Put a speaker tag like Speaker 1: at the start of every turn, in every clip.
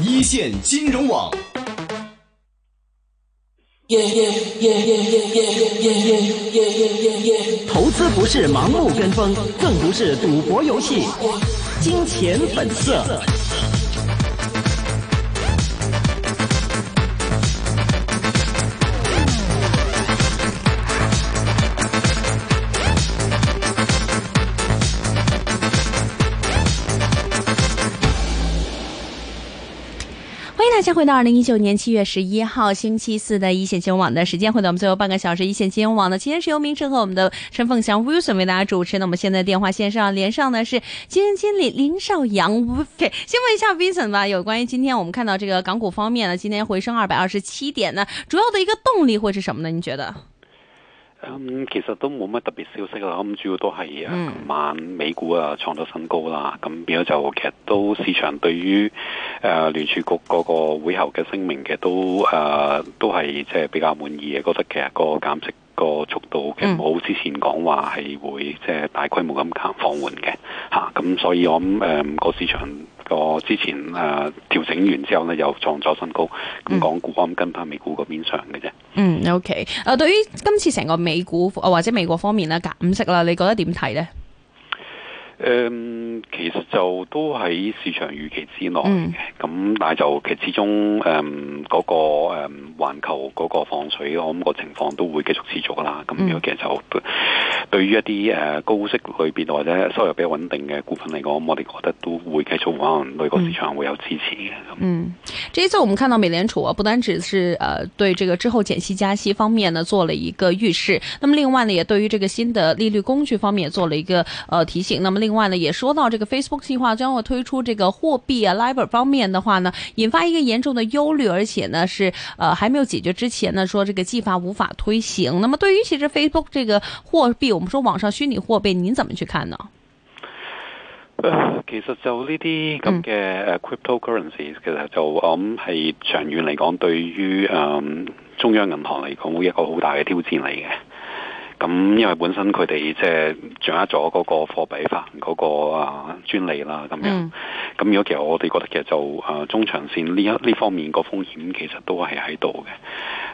Speaker 1: 一线金融网。
Speaker 2: 投资不是盲目跟风，更不是赌博游戏。金钱本色。
Speaker 3: 欢迎大家回到二零一九年七月十一号星期四的一线新闻网的时间，回到我们最后半个小时一线新闻网呢，今天是由明正和我们的陈凤祥 Wilson 为大家主持。那我们现在电话线上连上的是基金经理林少阳 w i s o n 先问一下 Vincent 吧，有关于今天我们看到这个港股方面呢，今天回升二百二十七点呢，主要的一个动力会是什么呢？你觉得？
Speaker 4: 嗯，其實都冇乜特別消息啦。咁主要都係啊，
Speaker 3: 嗯
Speaker 4: 琴晚美股啊創咗新高啦。咁變咗就其實都市場對於誒、呃、聯儲局嗰個會後嘅聲明嘅都誒、呃都係即係比較滿意嘅，覺得其實個減息個速度其實
Speaker 3: 嗯
Speaker 4: 冇之前講話係會即係大規模咁減放緩嘅嚇。咁、所以我諗誒個市場。個之前誒、呃、調整完之後呢，又撞咗新高，
Speaker 3: 嗯
Speaker 4: 咁港股我諗跟翻美股嗰邊上嘅啫。
Speaker 3: 嗯，OK。誒，對於今次成個美股呃或者美國方面呢，減息啦，你覺得點睇呢？
Speaker 4: 誒、嗯其實就都喺市場預期之內
Speaker 3: 嗯
Speaker 4: 嘅，咁、但係就其實始終誒嗰、個誒、環球嗰個放水，我諗個情況都會繼續持續啦。咁
Speaker 3: 嗯
Speaker 4: 樣其實就對對於一啲誒、呃高息類別或者收入比較穩定嘅股份嚟講，我哋覺得都會繼續可能對個市場會有支持嘅。咁
Speaker 3: 嗯，这一次我们看到美联储啊，不单只是呃对这个之后减息加息方面呢做了一个预示，那么另外呢也对于这个新的利率工具方面也做了一个呃提醒。那么另外呢也说到这个 Facebook 计划将会推出这个货币啊 LIBOR 方面的话呢，引发一个严重的忧虑，而且呢是呃还没有解决之前呢说这个计划无法推行。那么对于其实 Facebook 这个货币，我们说网上虚拟货币，您怎么去看呢？
Speaker 4: 呃其實就呢啲咁嘅誒 cryptocurrency，其實就我諗係長遠嚟講，對於誒、嗯中央銀行嚟講，會一個好大嘅挑戰嚟嘅。咁因為本身佢哋即係掌握咗嗰個貨幣法嗰、個啊專利啦，咁樣。
Speaker 3: 嗯
Speaker 4: 咁如果其實我哋覺得其實就誒、呃中長線呢一呢方面個風險其實都係喺度嘅，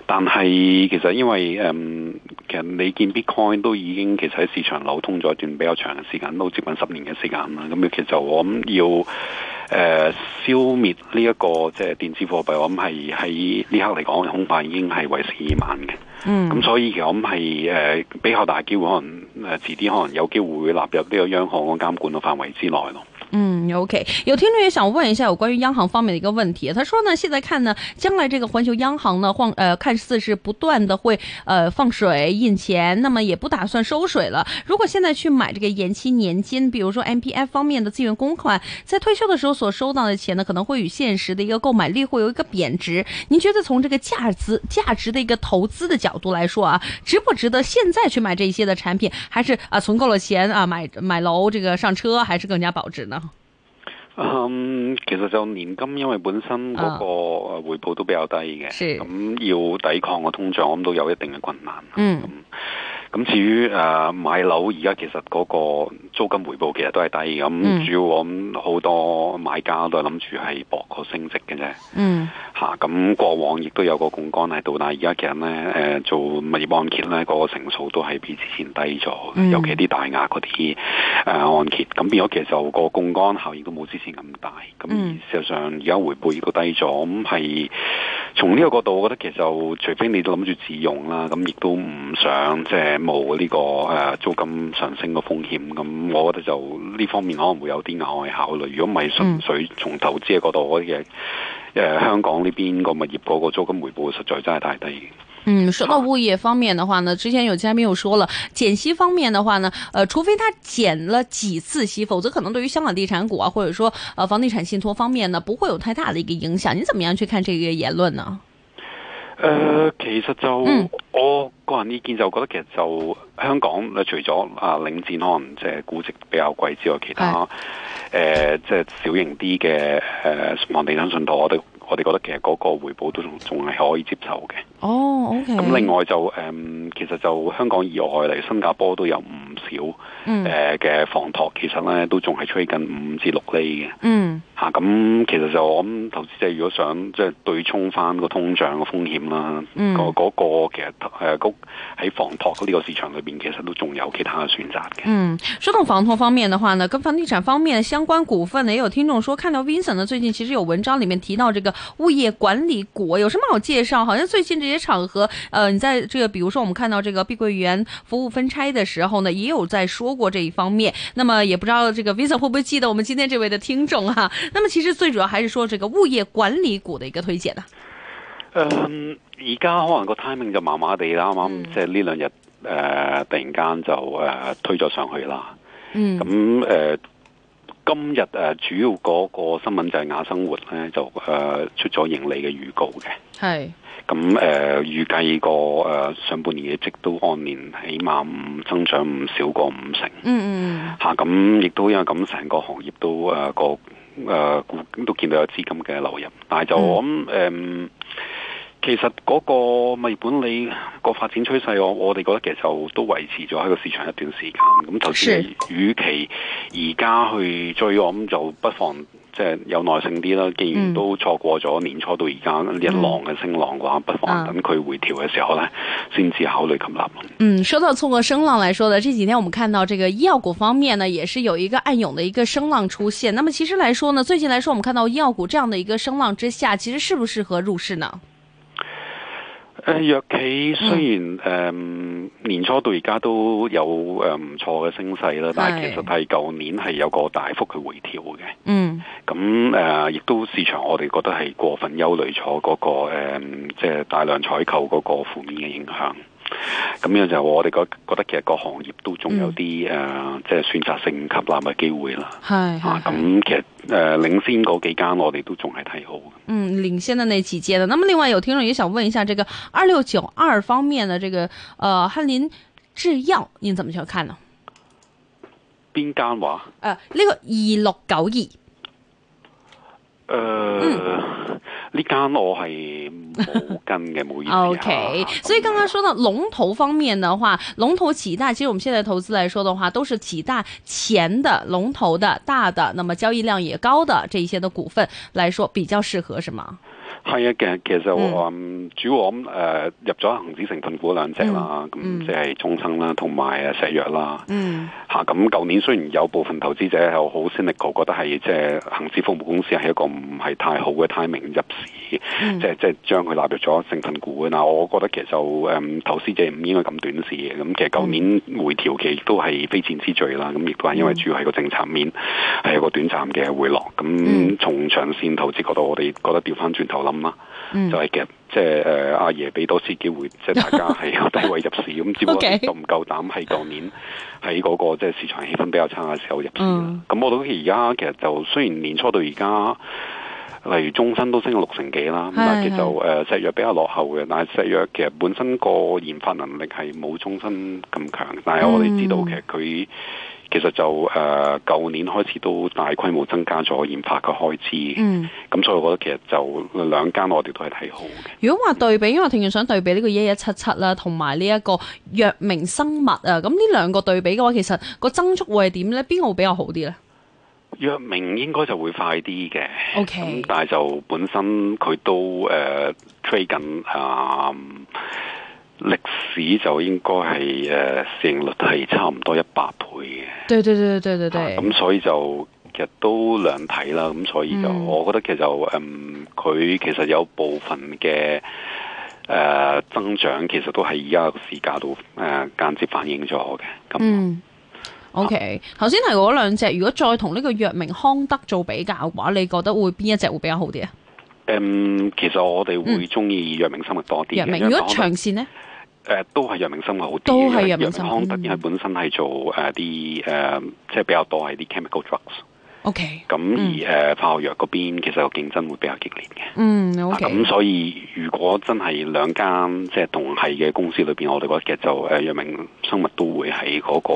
Speaker 4: 但係其實因為誒、嗯其實你見 Bitcoin 都已經其實喺市場流通咗一段比較長嘅時間，都接近十年嘅時間啦。咁其實就我諗要誒、呃消滅呢、一個即係電子貨幣，我諗係喺呢刻嚟講，恐怕已經係為時已晚嘅。
Speaker 3: 嗯
Speaker 4: 咁所以其實我諗係誒比較大機會，可能誒呃遲啲可能有機會會納入呢個央行嘅監管嘅範圍之內咯。
Speaker 3: 嗯，OK，有听众也想问一下有关于央行方面的一个问题，他说呢，现在看呢，将来这个环球央行呢，晃呃，看似是不断的会呃放水印钱，那么也不打算收水了。如果现在去买这个延期年金，比如说 M P F 方面的自愿公款，在退休的时候所收到的钱呢，可能会与现实的一个购买力会有一个贬值。您觉得从这个价值价值的一个投资的角度来说啊，值不值得现在去买这一些的产品，还是啊存够了钱啊买买楼这个上车，还是更加保值呢？
Speaker 4: 嗯，其實就年金，因為本身嗰個呃回報都比較低嘅，
Speaker 3: 啊是
Speaker 4: 咁要抵抗個通脹，咁都有一定嘅困難。
Speaker 3: 嗯
Speaker 4: 咁至於誒、呃、買樓，而家其實嗰個租金回報其實都係低嘅，咁、
Speaker 3: 嗯
Speaker 4: 主要我諗好多買家都係諗住係博個升值嘅啫。
Speaker 3: 嗯
Speaker 4: 嚇，咁、過往亦都有個槓桿喺度，但係而家其實咧，誒、做物業按揭咧，嗰、個成數都係比之前低咗，
Speaker 3: 嗯
Speaker 4: 尤其啲大額嗰啲誒呃按揭，咁變咗其實就個槓桿效應都冇之前咁大，咁
Speaker 3: 嗯
Speaker 4: 而事實上而家回報亦都低咗，咁係從呢個角度，我覺得其實就除非你都諗住自用啦，咁亦都唔想即係冇呢個誒、呃租金上升嘅風險，咁我覺得就呢方面可能會有啲額外考慮，如果唔係
Speaker 3: 嗯
Speaker 4: 純粹從投資嘅角度，我覺得其實誒、香港呢邊個物業嗰個租金回報實在真係太低。
Speaker 3: 嗯，说到物业方面的话呢，之前有嘉宾又说了，减息方面的话呢，呃，除非他减了几次息，否则可能对于香港地产股啊，或者说呃房地产信托方面呢，不会有太大的一个影响。你怎么样去看这个言论呢？
Speaker 4: 誒、呃其實就、
Speaker 3: 嗯
Speaker 4: 我個人意見就覺得其實就香港除咗啊領展可能即係估值比較貴之外，其他誒即係小型啲嘅誒房地產信託，我哋我哋覺得其實嗰個回報都仲仲係可以接受嘅。
Speaker 3: 哦，OK，
Speaker 4: 咁另外就誒、其實就香港以外嚟新加坡都有唔少呃
Speaker 3: 嗯
Speaker 4: 誒嘅、房託，其實咧都仲係吹緊五至六厘嘅。
Speaker 3: 嗯
Speaker 4: 嚇、啊，咁其實就我諗投資者如果想即係對沖翻個通脹嘅風險啦，
Speaker 3: 嗯
Speaker 4: 個嗰個其實誒嗰喺房託呢個市場裏邊，其實都仲有其他嘅選擇嘅。
Speaker 3: 嗯，说到房托方面的话呢，跟房地产方面相关股份呢，也有听众说看到 Vincent 呢最近其实有文章里面提到这个物业管理股，有什么好介绍？好像最近这些场合，呃，你在这个比如说我们看到这个碧桂园服务分拆的时候呢，也有在说过这一方面。那么也不知道这个 Vincent 会不会记得我们今天这位的听众哈、那么其实最主要还是说这个物业管理股的一个推荐呢、
Speaker 4: 誒而家可能個 timing 就麻麻地啦，啱
Speaker 3: 嗯
Speaker 4: 啱即係呢兩日誒、突然間就誒、推咗上去啦。
Speaker 3: 嗯
Speaker 4: 咁誒、今日誒、主要嗰個新聞就係雅生活咧就誒、出咗盈利嘅預告嘅。
Speaker 3: 系，
Speaker 4: 咁誒、預計個誒、上半年嘅績都按年起碼唔增長唔少過五成
Speaker 3: 嗯嗯
Speaker 4: 嚇，咁、亦都因為咁成個行業都誒、個誒、股都見到有資金嘅流入，但係就
Speaker 3: 嗯
Speaker 4: 我諗誒、其實嗰個物業管理個發展趨勢，我我哋覺得其實就都維持咗喺個市場一段時間。咁頭
Speaker 3: 是
Speaker 4: 先，與其而家去追，我諗就不妨即係有耐性啲啦。既
Speaker 3: 嗯
Speaker 4: 然都錯過咗年初到而家呢一浪嘅升浪嘅話，不
Speaker 3: 啊
Speaker 4: 妨等佢回調嘅時候呢，先至考慮吸納咯。
Speaker 3: 嗯，说到错过声浪来说的，这几天我们看到这个医药股方面呢，也是有一个暗涌的一个声浪出现。那么其实来说呢，最近来说我们看到医药股这样的一个声浪之下，其实适不适合入市呢？
Speaker 4: 誒、藥企雖然誒、嗯年初到而家都有誒唔、錯嘅升勢啦，但係其實係舊年係有個大幅嘅回調嘅。
Speaker 3: 嗯
Speaker 4: 咁誒、呃亦都市場我哋覺得係過分憂慮咗嗰、個、呃、即係大量採購嗰個負面嘅影響。咁樣就我哋覺覺得其實個行業都仲有啲誒、呃即係選擇性吸納嘅機會啦。
Speaker 3: 嗨
Speaker 4: 啊，咁其實誒、呃、領先嗰幾間我哋都仲係睇好嘅。
Speaker 3: 嗯，领先的那几届的。那么另外有听众也想问一下，这个二六九二方面的这个呃翰林制药，您怎么去看呢？
Speaker 4: 邊間話？
Speaker 3: 呃，那个二六九二，
Speaker 4: 誒、呃呢間我係冇跟嘅，冇意思啊 嗯
Speaker 3: OK，所以刚刚说到龙头方面的话，龙头几大，其实我们现在投资来说的话，都是几大前的龙头的大的，那么交易量也高的这一些的股份来说比较适合，是吗？
Speaker 4: 係啊，其實其實我、嗯、主要我諗誒、呃入咗恒指成分股兩隻啦，咁、
Speaker 3: 嗯
Speaker 4: 即係中生啦，同埋誒石藥啦
Speaker 3: 嗯
Speaker 4: 嚇。咁舊年雖然有部分投資者係好 cynical，覺得係即係恒指服務公司係一個唔係太好嘅 timing 入市，
Speaker 3: 嗯
Speaker 4: 即係即係將佢納入咗成分股。啊嗱，我覺得其實就誒、嗯投資者唔應該咁短視嘅。咁
Speaker 3: 嗯
Speaker 4: 其實舊年回調期都係非戰之罪啦，咁亦都係因為
Speaker 3: 嗯
Speaker 4: 主要係個政策面係有個短暫嘅回落。
Speaker 3: 嗯
Speaker 4: 咁從長線投資角度，我哋覺得調翻轉頭諗啦。
Speaker 3: 嗯
Speaker 4: 就係嘅，即係誒阿爺俾多次機 會，即係大家係有低位入市，咁只不過
Speaker 3: Okay
Speaker 4: 你夠唔夠膽喺舊年喺嗰個即係市場氣氛比較差嘅時候入市啦
Speaker 3: 嗯。
Speaker 4: 咁、我到而家其實就雖然年初到而家。例如中身都升咗六成幾啦，咁但係
Speaker 3: 係
Speaker 4: 其實就誒石藥比較落後嘅，但係石藥其實本身個研發能力係冇中身咁強，但係我哋知道
Speaker 3: 嗯
Speaker 4: 其實佢其實就誒舊、年開始都大規模增加咗研發嘅開支，
Speaker 3: 嗯，
Speaker 4: 咁所以我覺得其實就兩間我哋都係睇好嘅。
Speaker 3: 如果話對比，因為我聽完想對比呢個一一七七啦，同埋呢一個藥明生物啊，咁呢兩個對比嘅話，其實個增速會係點呢？邊個會比較好啲呢？
Speaker 4: 藥明應該就會快啲嘅
Speaker 3: OK
Speaker 4: 咁但係就本身佢都誒 trade 緊啊。歷史就應該係誒市盈率係差唔多一百倍嘅，
Speaker 3: 對對對對對
Speaker 4: 啊
Speaker 3: 對
Speaker 4: 咁、
Speaker 3: 對，
Speaker 4: 所以就其實都兩睇啦。咁所以就、
Speaker 3: 嗯
Speaker 4: 我覺得其實就嗯佢其實有部分嘅誒、呃增長其實都係而家個市價度誒間接反映咗嘅。咁、
Speaker 3: 嗯。O K，頭先提過嗰兩隻，如果再同呢個藥明康德做比較嘅話，你覺得會邊一隻會比較好啲啊？
Speaker 4: 誒、嗯其實我哋會中意藥明生物多啲嘅。
Speaker 3: 嗯藥明，
Speaker 4: 因為
Speaker 3: 如果
Speaker 4: 我覺得
Speaker 3: 長線呢？
Speaker 4: 誒、都係藥明生物好啲嘅，
Speaker 3: 都係
Speaker 4: 因為
Speaker 3: 藥明
Speaker 4: 明
Speaker 3: 生物
Speaker 4: 康特
Speaker 3: 嗯
Speaker 4: 因為本身係做誒啲誒，即係比較多係啲 chemical drugs。
Speaker 3: O K，
Speaker 4: 咁而
Speaker 3: 嗯
Speaker 4: 誒、化學藥嗰邊其實個競爭會比較激烈嘅。
Speaker 3: 嗯，O
Speaker 4: 啊
Speaker 3: K，
Speaker 4: 咁、所以如果真係兩間即係同係嘅公司裏邊，我哋覺得其實就誒、藥明生物都會係嗰、個、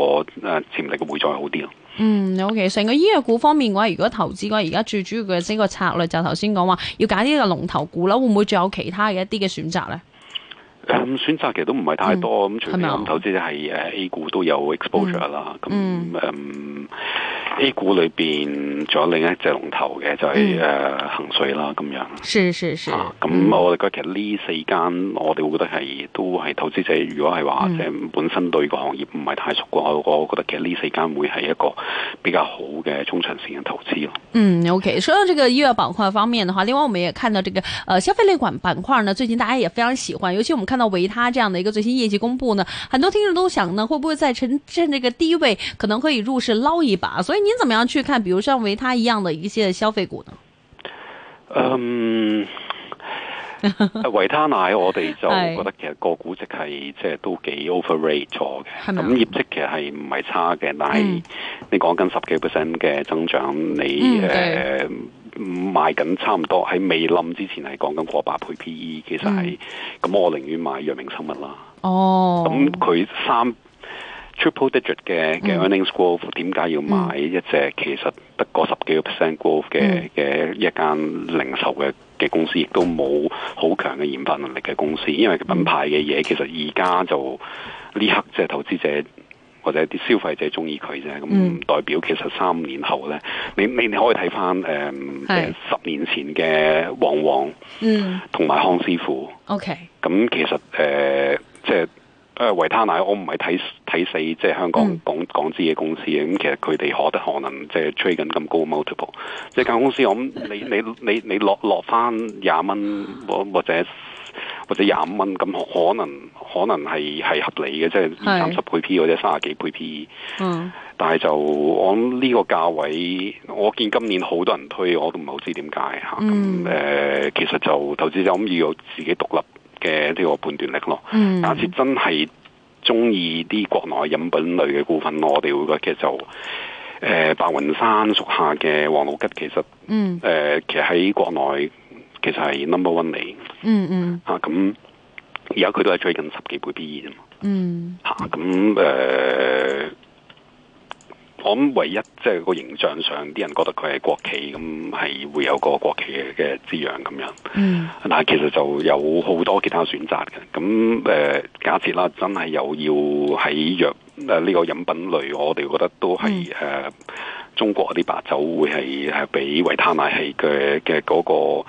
Speaker 4: 誒潛力會再好啲咯。
Speaker 3: 嗯，O K，成個醫藥股方面嘅話，如果投資嘅話，而家最主要嘅呢個策略就頭先講話要揀呢個龍頭股啦，會唔會仲有其他嘅一啲嘅選擇呢？
Speaker 4: 咁、選擇其實都唔係太多，咁、
Speaker 3: 嗯
Speaker 4: 除
Speaker 3: 係
Speaker 4: 非
Speaker 3: 咪啊
Speaker 4: 咁投資者係誒 A 股都有 exposure 啦，咁誒、
Speaker 3: 嗯
Speaker 4: 嗯 A 股裏邊仲有另一隻龍頭嘅，就係誒呃恒水啦咁樣。
Speaker 3: 是是是，
Speaker 4: 啊，
Speaker 3: 嗯
Speaker 4: 咁我哋覺得其實呢四間，我哋會覺得係都係投資者，如果係話
Speaker 3: 嗯
Speaker 4: 即係本身對個行業唔係太熟嘅話，我我覺得其實呢四間會係一個比較好嘅中長線嘅投資咯。
Speaker 3: 嗯，OK。说到这个医药板块方面的话，另外我们也看到这个呃消费类管板块呢，最近大家也非常喜欢，尤其我们看到维他这样的一个最新业绩公布呢，很多听众都想呢，会不会在趁趁这个低位可能可以入市捞一把？所以您怎么样去看，比如像维他一样的一些消费股呢？
Speaker 4: 嗯， 維他奶我哋就
Speaker 3: 係
Speaker 4: 覺得其實個估值係即係都幾 overrate 咗
Speaker 3: 係咪
Speaker 4: 嘅，
Speaker 3: 啊
Speaker 4: 咁業績其實係唔係差嘅，但係
Speaker 3: 嗯
Speaker 4: 你講緊十幾 percent 嘅增長，你
Speaker 3: 嗯
Speaker 4: 誒賣緊差唔多喺未冧之前係講緊過百倍 PE，其實
Speaker 3: 嗯
Speaker 4: 係咁我寧願買藥明生物啦，
Speaker 3: 哦，
Speaker 4: 咁佢三 triple digit 嘅
Speaker 3: 嗯
Speaker 4: 嘅 earnings growth 點解要買一隻其實得個十幾個 percent growth
Speaker 3: 嗯
Speaker 4: 嘅嘅一間零售嘅嘅公司，亦都冇好強嘅研發能力嘅公司，因為品牌嘅嘢其實而家就呢刻即係投資者。或者啲消費者中意佢啫，咁
Speaker 3: 嗯
Speaker 4: 唔代表其實三年後呢，你你你可以睇翻誒
Speaker 3: 係
Speaker 4: 十年前嘅旺旺
Speaker 3: 嗯
Speaker 4: 同埋康師傅，
Speaker 3: ，OK，
Speaker 4: 咁其實誒、呃即係誒維他奶，我唔係睇睇死即係香港
Speaker 3: 嗯
Speaker 4: 港港資嘅公司嘅，咁其實佢哋可得可能即係 trade 緊咁高 multiple，即係間公司我諗你你你你落落翻廿蚊或或者。或者廿五蚊咁可能可能係係合理嘅，即係二三十倍 P 或者三十幾倍 P。
Speaker 3: 嗯
Speaker 4: 但係就我諗呢個價位，我見今年好多人推，我都唔係好知點解嚇。咁誒、
Speaker 3: 嗯
Speaker 4: 呃其實就投資者咁要有自己獨立嘅呢個判斷力咯。
Speaker 3: 嗯，
Speaker 4: 假設真係中意啲國內飲品類嘅股份，我哋會覺得其實就誒、呃白雲山屬下嘅黃老吉，其實誒、
Speaker 3: 嗯
Speaker 4: 呃其實喺國內其實係 number one 嚟
Speaker 3: 嗯嗯
Speaker 4: 嚇。咁而家佢都係追緊十幾倍 B 啫嘛。
Speaker 3: 嗯
Speaker 4: 吓啊咁誒，我諗唯一即係個形象上，啲人覺得佢係國企，咁係會有個國企嘅嘅滋養咁樣。啊
Speaker 3: 嗯
Speaker 4: 但係其實就有好多其他選擇嘅。咁誒、呃假設啦，真係有要喺藥誒呢個飲品類，我哋覺得都係誒、呃中國嗰啲白酒會係係比維他奶係嘅嘅嗰個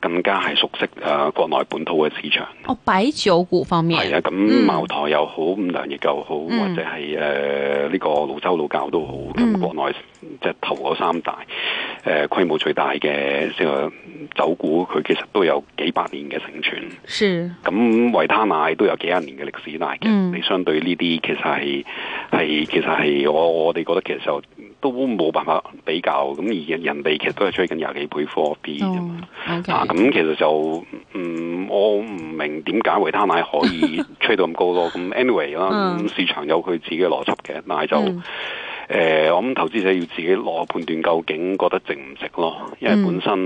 Speaker 4: 更加係熟悉誒、呃、國內本土嘅市場。
Speaker 3: 哦，白酒股方面，
Speaker 4: 係啊，咁
Speaker 3: 嗯
Speaker 4: 茅台又好，五糧液又好，
Speaker 3: 嗯
Speaker 4: 或者係誒呢個瀘州老窖都好，
Speaker 3: 嗯
Speaker 4: 咁國內即係頭嗰三大誒、呃、規模最大嘅即係酒股，佢其實都有幾百年嘅承傳。
Speaker 3: 是，
Speaker 4: 咁維他奶都有幾廿年嘅歷史，但係其
Speaker 3: 嗯
Speaker 4: 實你相對呢啲其實係係其實係我我哋覺得其實就都冇辦法比較。咁而人哋其實都係追緊廿幾倍 four B 啫嘛。
Speaker 3: 哦，OK，
Speaker 4: 啊，咁其實就嗯，我唔明點解維他奶可以 吹到咁高咯。咁 anyway 啦，
Speaker 3: 嗯
Speaker 4: 咁市場有佢自己嘅邏輯嘅，但係就誒
Speaker 3: 嗯、
Speaker 4: 我諗投資者要自己攞判斷，究竟覺得值唔值咯。因為
Speaker 3: 嗯
Speaker 4: 本身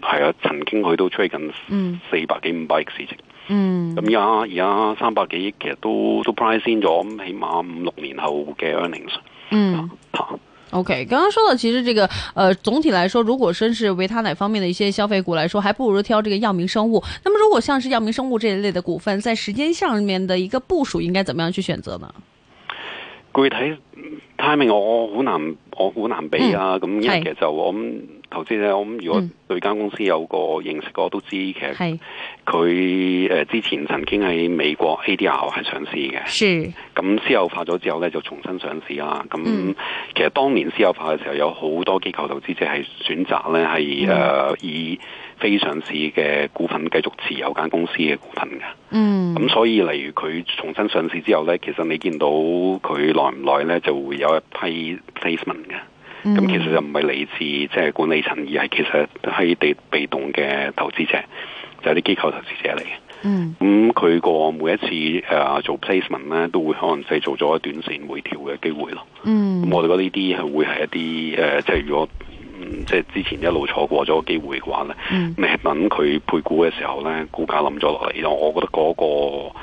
Speaker 4: 係啊，曾經佢都吹緊
Speaker 3: 嗯
Speaker 4: 四百幾五百億市值，
Speaker 3: 嗯
Speaker 4: 咁而家而家三百幾億其實都都 price in 咗，咁起碼五六年後嘅 earnings 啊
Speaker 3: 嗯。
Speaker 4: 嚇。
Speaker 3: OK，刚刚说到，其实这个呃，总体来说，如果真是维他奶方面的一些消费股来说，还不如挑这个药明生物。那么，如果像是药明生物这一类的股份，在时间上面的一个部署，应该怎么样去选择呢？
Speaker 4: 具體 timing 我我好難，我好難俾啊！咁、因為
Speaker 3: 嗯係
Speaker 4: 其實就我咁投資者，我咁如果
Speaker 3: 嗯
Speaker 4: 對間公司有個認識，我都知其實
Speaker 3: 系
Speaker 4: 佢誒之前曾經喺美國 ADR 係上市嘅，
Speaker 3: 是，
Speaker 4: 咁私有化咗之後咧就重新上市啦。咁、
Speaker 3: 嗯
Speaker 4: 其實當年私有化嘅時候，有好多機構投資者係選擇咧係
Speaker 3: 嗯
Speaker 4: 誒以非上市嘅股份繼續持有間公司嘅股份嘅。
Speaker 3: 嗯
Speaker 4: 咁所以，例如佢重新上市之後呢，其實你見到佢耐唔耐呢，就會有一批 placement 嘅。
Speaker 3: 嗯
Speaker 4: 咁、其實就唔係嚟自即係管理層，而係其實係地被動嘅投資者，就係、啲機構投資者嚟嘅。
Speaker 3: 嗯
Speaker 4: 咁佢個每一次誒、呃做 placement 呢，都會可能製造咗短線回調嘅機會咯。咁、
Speaker 3: 嗯
Speaker 4: 我哋覺得呢啲係會係一啲誒、呃即係如果、嗯即係之前一路錯過咗個機會嘅話呢。
Speaker 3: 嗯
Speaker 4: 你等佢配股嘅時候咧，股價冧咗落嚟咯。我覺得嗰、個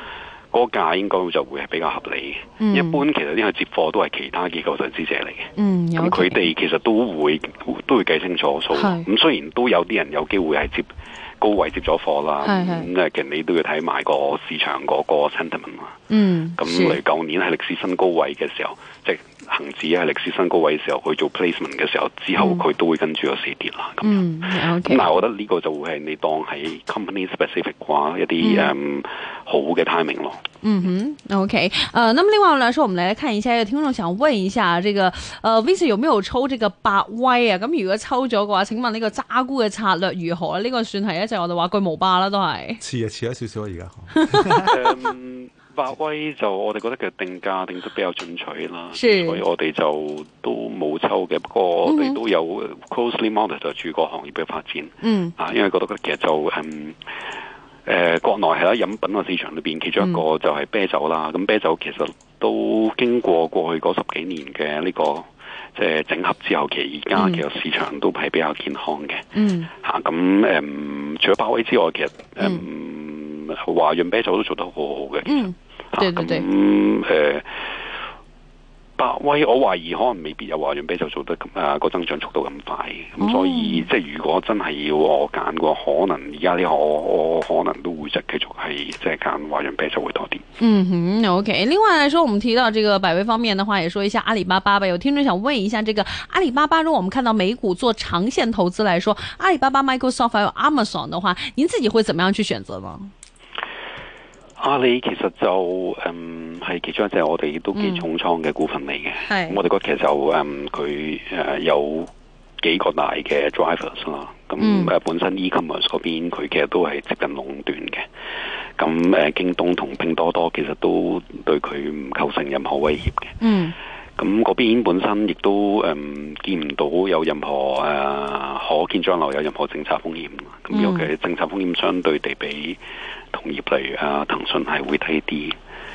Speaker 4: 嗰、個價應該就會係比較合理嘅。
Speaker 3: 嗯
Speaker 4: 一般其實呢個接貨都係其他機構投資者嚟嘅，
Speaker 3: 嗯，
Speaker 4: 咁佢哋其實都會都會計清楚數。
Speaker 3: 係
Speaker 4: 咁雖然都有啲人有機會係接高位接咗貨啦，
Speaker 3: 係
Speaker 4: 咁
Speaker 3: 係
Speaker 4: 誒其實你都要睇埋個市場嗰個 sentiment 啦。
Speaker 3: 嗯
Speaker 4: 咁嚟舊年係歷史新高位嘅時候，即係恒指喺歷史新高位嘅時候，佢做 placement 嘅時候，之後佢都會跟住個市跌啦。咁樣
Speaker 3: 嗯
Speaker 4: 咁
Speaker 3: ，OK，
Speaker 4: 但係我覺得呢個就會係你當係 company specific 啩一啲誒、嗯好嘅 timing 咯。
Speaker 3: 嗯哼，OK，呃，那么另外来说，我们来看一下，有听众想问一下，這個，呃 v i n c e 有沒有抽這個百威啊？咁如果抽咗嘅話，請問呢個揸沽嘅策略如何呢？呢、個算係一隻我哋話巨無霸啦，都係。
Speaker 1: 似啊似咗少少啊，而家
Speaker 4: 誒百威就我哋覺得佢定價定得比較進取啦，所
Speaker 3: 是
Speaker 4: 以我哋就都冇抽嘅。不過我
Speaker 3: 嗯哼
Speaker 4: 哋都有 closely monitor 住個行業嘅發展
Speaker 3: 嗯
Speaker 4: 啊，因為覺得其實就嗯誒、國內係喺飲品嘅市場裏邊，其中一個就係啤酒啦。咁、啤酒其實都經過過去嗰十幾年嘅呢、個即係整合之後，其實而家
Speaker 3: 嗯
Speaker 4: 其實市場都係比較健康嘅。
Speaker 3: 嗯
Speaker 4: 嚇咁誒，除咗百威之外，其實誒、嗯華潤啤酒都做得好好嘅。
Speaker 3: 嗯
Speaker 4: 嚇
Speaker 3: 對對對
Speaker 4: 啊咁誒，百威我懷疑可能未必有華潤啤酒做得咁啊個增長速度咁快。
Speaker 3: 哦
Speaker 4: 咁所以即係如果真係要我揀嘅話，可能而家呢個我我可能都會即係繼續係即係揀華潤啤酒會多啲。
Speaker 3: 嗯哼，OK。另外來說，我們提到這個百威方面的話，也說一下阿里巴巴吧。有听众想问一下，這個阿里巴巴，如果我们看到美股做长線投資來说，阿里巴巴、Microsoft 还有 Amazon 的话，您自己会怎么样去選擇呢？
Speaker 4: 阿里其實就嗯係其中一隻我哋都
Speaker 3: 嗯
Speaker 4: 幾重倉嘅股份嚟嘅。咁我哋覺得其實就嗯佢誒有幾個大嘅 drivers 啦。咁
Speaker 3: 嗯
Speaker 4: 誒本身 e-commerce 嗰邊佢其實都係接近壟斷嘅。咁誒京東同拼多多其實都對佢唔構成任何威脅嘅。
Speaker 3: 嗯
Speaker 4: 咁嗰邊本身亦都誒、嗯、見唔到有任何誒、呃可見將來有任何政策風險，啊咁尤其係政策風險相對地比同業例如啊騰訊係會低啲。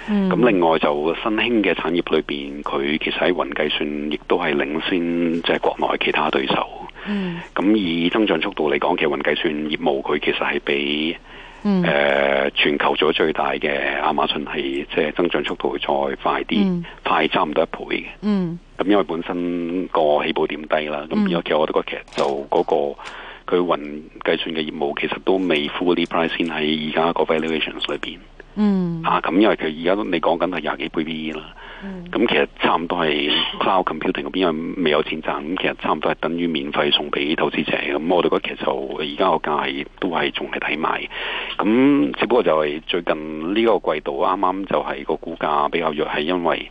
Speaker 3: 嗯
Speaker 4: 咁、另外就新興嘅產業裏邊，佢其實喺雲計算亦都係領先即係、國內其他對手。
Speaker 3: 嗯
Speaker 4: 咁以增長速度嚟講，其實雲計算業務佢其實係比誒、
Speaker 3: 嗯
Speaker 4: 呃全球做得最大嘅亞馬遜係即係增長速度再快啲，
Speaker 3: 嗯
Speaker 4: 快差唔多一倍嘅。
Speaker 3: 嗯
Speaker 4: 咁因為本身個起步點低啦，咁
Speaker 3: 嗯
Speaker 4: 而家其實我哋個其實就嗰、個佢雲計算嘅業務其實都未 fully price 先喺而家個 valuations 裏邊
Speaker 3: 嗯
Speaker 4: 啊，咁因為佢而家都你講緊係廿幾倍 PE 啦，咁、其實差唔多係 cloud computing 嗰邊因為未有錢賺，咁其實差唔多係等於免費送俾投資者，咁我哋覺得其實就而家個價係都係仲係睇埋，咁只不過就係最近呢個季度啱啱就係個股價比較弱，係因為。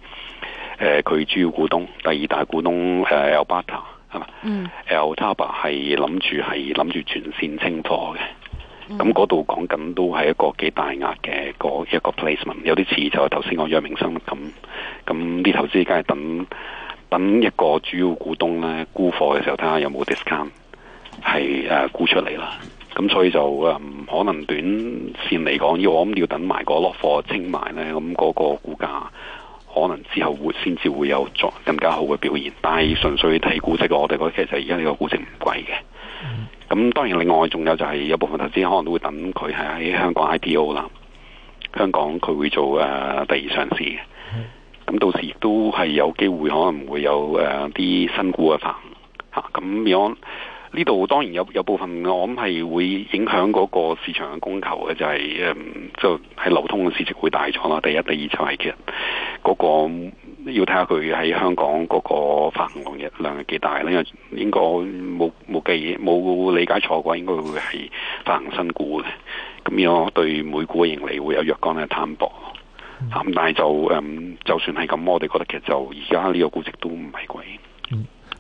Speaker 4: 誒佢、主要股東，第二大股東誒呃 Alberta 係嘛
Speaker 3: 嗯
Speaker 4: ，Altaba 係諗住係諗住全線清貨嘅。咁嗰度講緊都係一個幾大額嘅個一個 placement，有啲似就係頭先我約明生咁，咁啲投資梗係等等一個主要股東咧沽貨嘅時候，睇下有冇 discount 係誒沽出嚟啦。咁所以就誒、嗯可能短線嚟講，要我諗要等埋個落貨清埋咧，咁嗰個股價可能之後會先至會有再更加好嘅表現。但係純粹睇估值，我哋覺得其實而家呢個估值唔貴嘅。咁當然另外仲有就係有部分投資可能都會等佢係喺香港 IPO 啦，香港佢會做誒、呃第二上市嘅。咁到時亦都係有機會可能會有誒啲、新股嘅發行嚇。咁樣呢度當然有有部分我諗係會影響嗰個市場嘅供求嘅，就係、誒、就係流通嘅市值會大咗啦。第一、第二就係其實嗰、個要睇下佢喺香港嗰個發行量嘅量有幾大啦，因為應該冇冇記冇理解錯嘅話，應該會係發行新股嘅，咁樣對每股嘅盈利會有若干嘅攤薄。咁、但係就誒、嗯就算係咁，我哋覺得其實就而家呢個估值都唔係貴。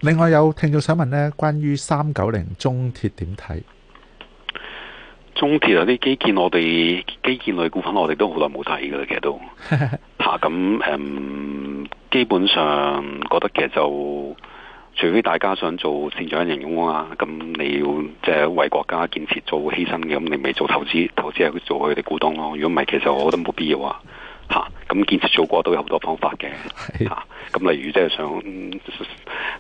Speaker 1: 另外有聽眾想問呢，關於三九零中鐵點 睇？
Speaker 4: 中鐵啊，啲基建我哋基建類股份我哋都好耐冇睇噶啦，其實都嚇咁誒，基本上覺得其實就除非大家想做善長人翁啊，咁你要即係為國家建設做犧牲嘅，咁你咪做投資，投資係做佢哋股東咯。如果唔係，其實我覺得冇必要啊。嚇咁建設祖國都有好多方法嘅
Speaker 1: 係
Speaker 4: 嚇，咁、例如即係上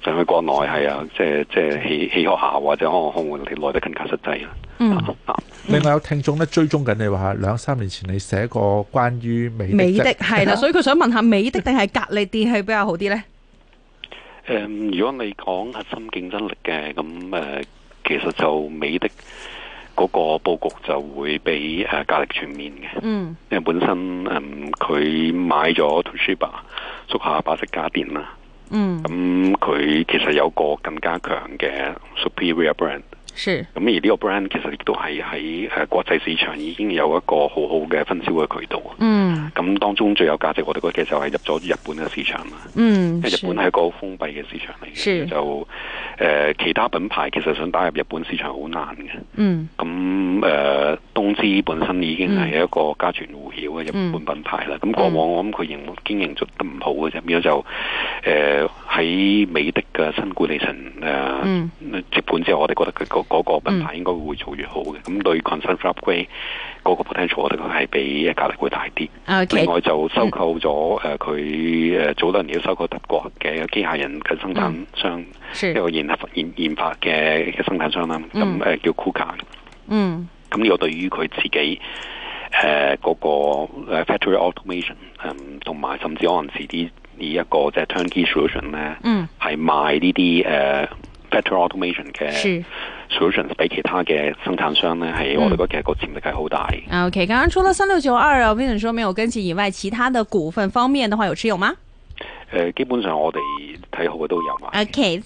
Speaker 4: 上去國內係啊，即係即係起起學校或者可能可能我哋來得更加實際啦。
Speaker 3: 嗯
Speaker 4: 啊
Speaker 1: 另外有聽眾咧追蹤緊你話兩三年前你寫過關於美的
Speaker 3: 美的
Speaker 1: 啫
Speaker 3: 係啦，所以佢想問下美的定係格力電係比較好啲呢？
Speaker 4: 誒、如果你講核心競爭力嘅，咁誒、其實就美的嗰個佈局就會比誒格力全面嘅，
Speaker 3: 嗯
Speaker 4: 因為嗯本身誒佢、買咗 Toshiba 屬下白色家電啦，
Speaker 3: 嗯，
Speaker 4: 咁佢其實有個更加強嘅 superior brand。
Speaker 3: 是，
Speaker 4: 咁而呢個 brand 其實亦都係喺誒國際市場已經有一個好好嘅分銷嘅渠道。
Speaker 3: 嗯
Speaker 4: 咁當中最有價值，我哋覺得嘅就係入咗日本嘅市場啦。
Speaker 3: 嗯
Speaker 4: 因為日本係一個好封閉嘅市場嚟
Speaker 3: 是
Speaker 4: 嘅，就誒、其他品牌其實想打入日本市場好難嘅。
Speaker 3: 嗯
Speaker 4: 咁誒、東芝本身已經係一個家傳戶曉嘅日
Speaker 3: 嗯
Speaker 4: 本品牌啦。咁、過往我諗佢營經營做得唔好嘅啫，變咗就誒喺、美的嘅新管理層誒。呃
Speaker 3: 嗯
Speaker 4: 接管之後，我哋覺得佢嗰嗰個品牌應該會做越好嘅。咁、對 consent upgrade 嗰個 potential，我哋覺得係比格力會大啲。
Speaker 3: ，OK，
Speaker 4: 另外就收購咗
Speaker 3: 嗯
Speaker 4: 誒佢誒呃早兩年都收購德國嘅機械人嘅生
Speaker 3: 嗯
Speaker 4: 產商，一
Speaker 3: 是，
Speaker 4: 個研發研研發嘅嘅生產商啦。咁誒、
Speaker 3: 嗯
Speaker 4: 呃叫 Kuka，
Speaker 3: 嗯
Speaker 4: 咁呢個對於佢自己。呃誒嗰、個呃 factory automation，嗯，同埋甚至可能遲啲以一個即係 turnkey solution 咧，
Speaker 3: 嗯
Speaker 4: 係賣呢啲誒 factory automation 嘅
Speaker 3: 是。嗯
Speaker 4: solutions 俾其他嘅生產商咧，係我哋覺得其實個潛力係好大嘅。
Speaker 3: OK，刚刚除了三六九二啊，Vincent 说没有跟进以外，其他的股份方面的话有持有吗
Speaker 4: 呃誒、基本上我哋睇好嘅都有買。啊
Speaker 3: ？OK，thank、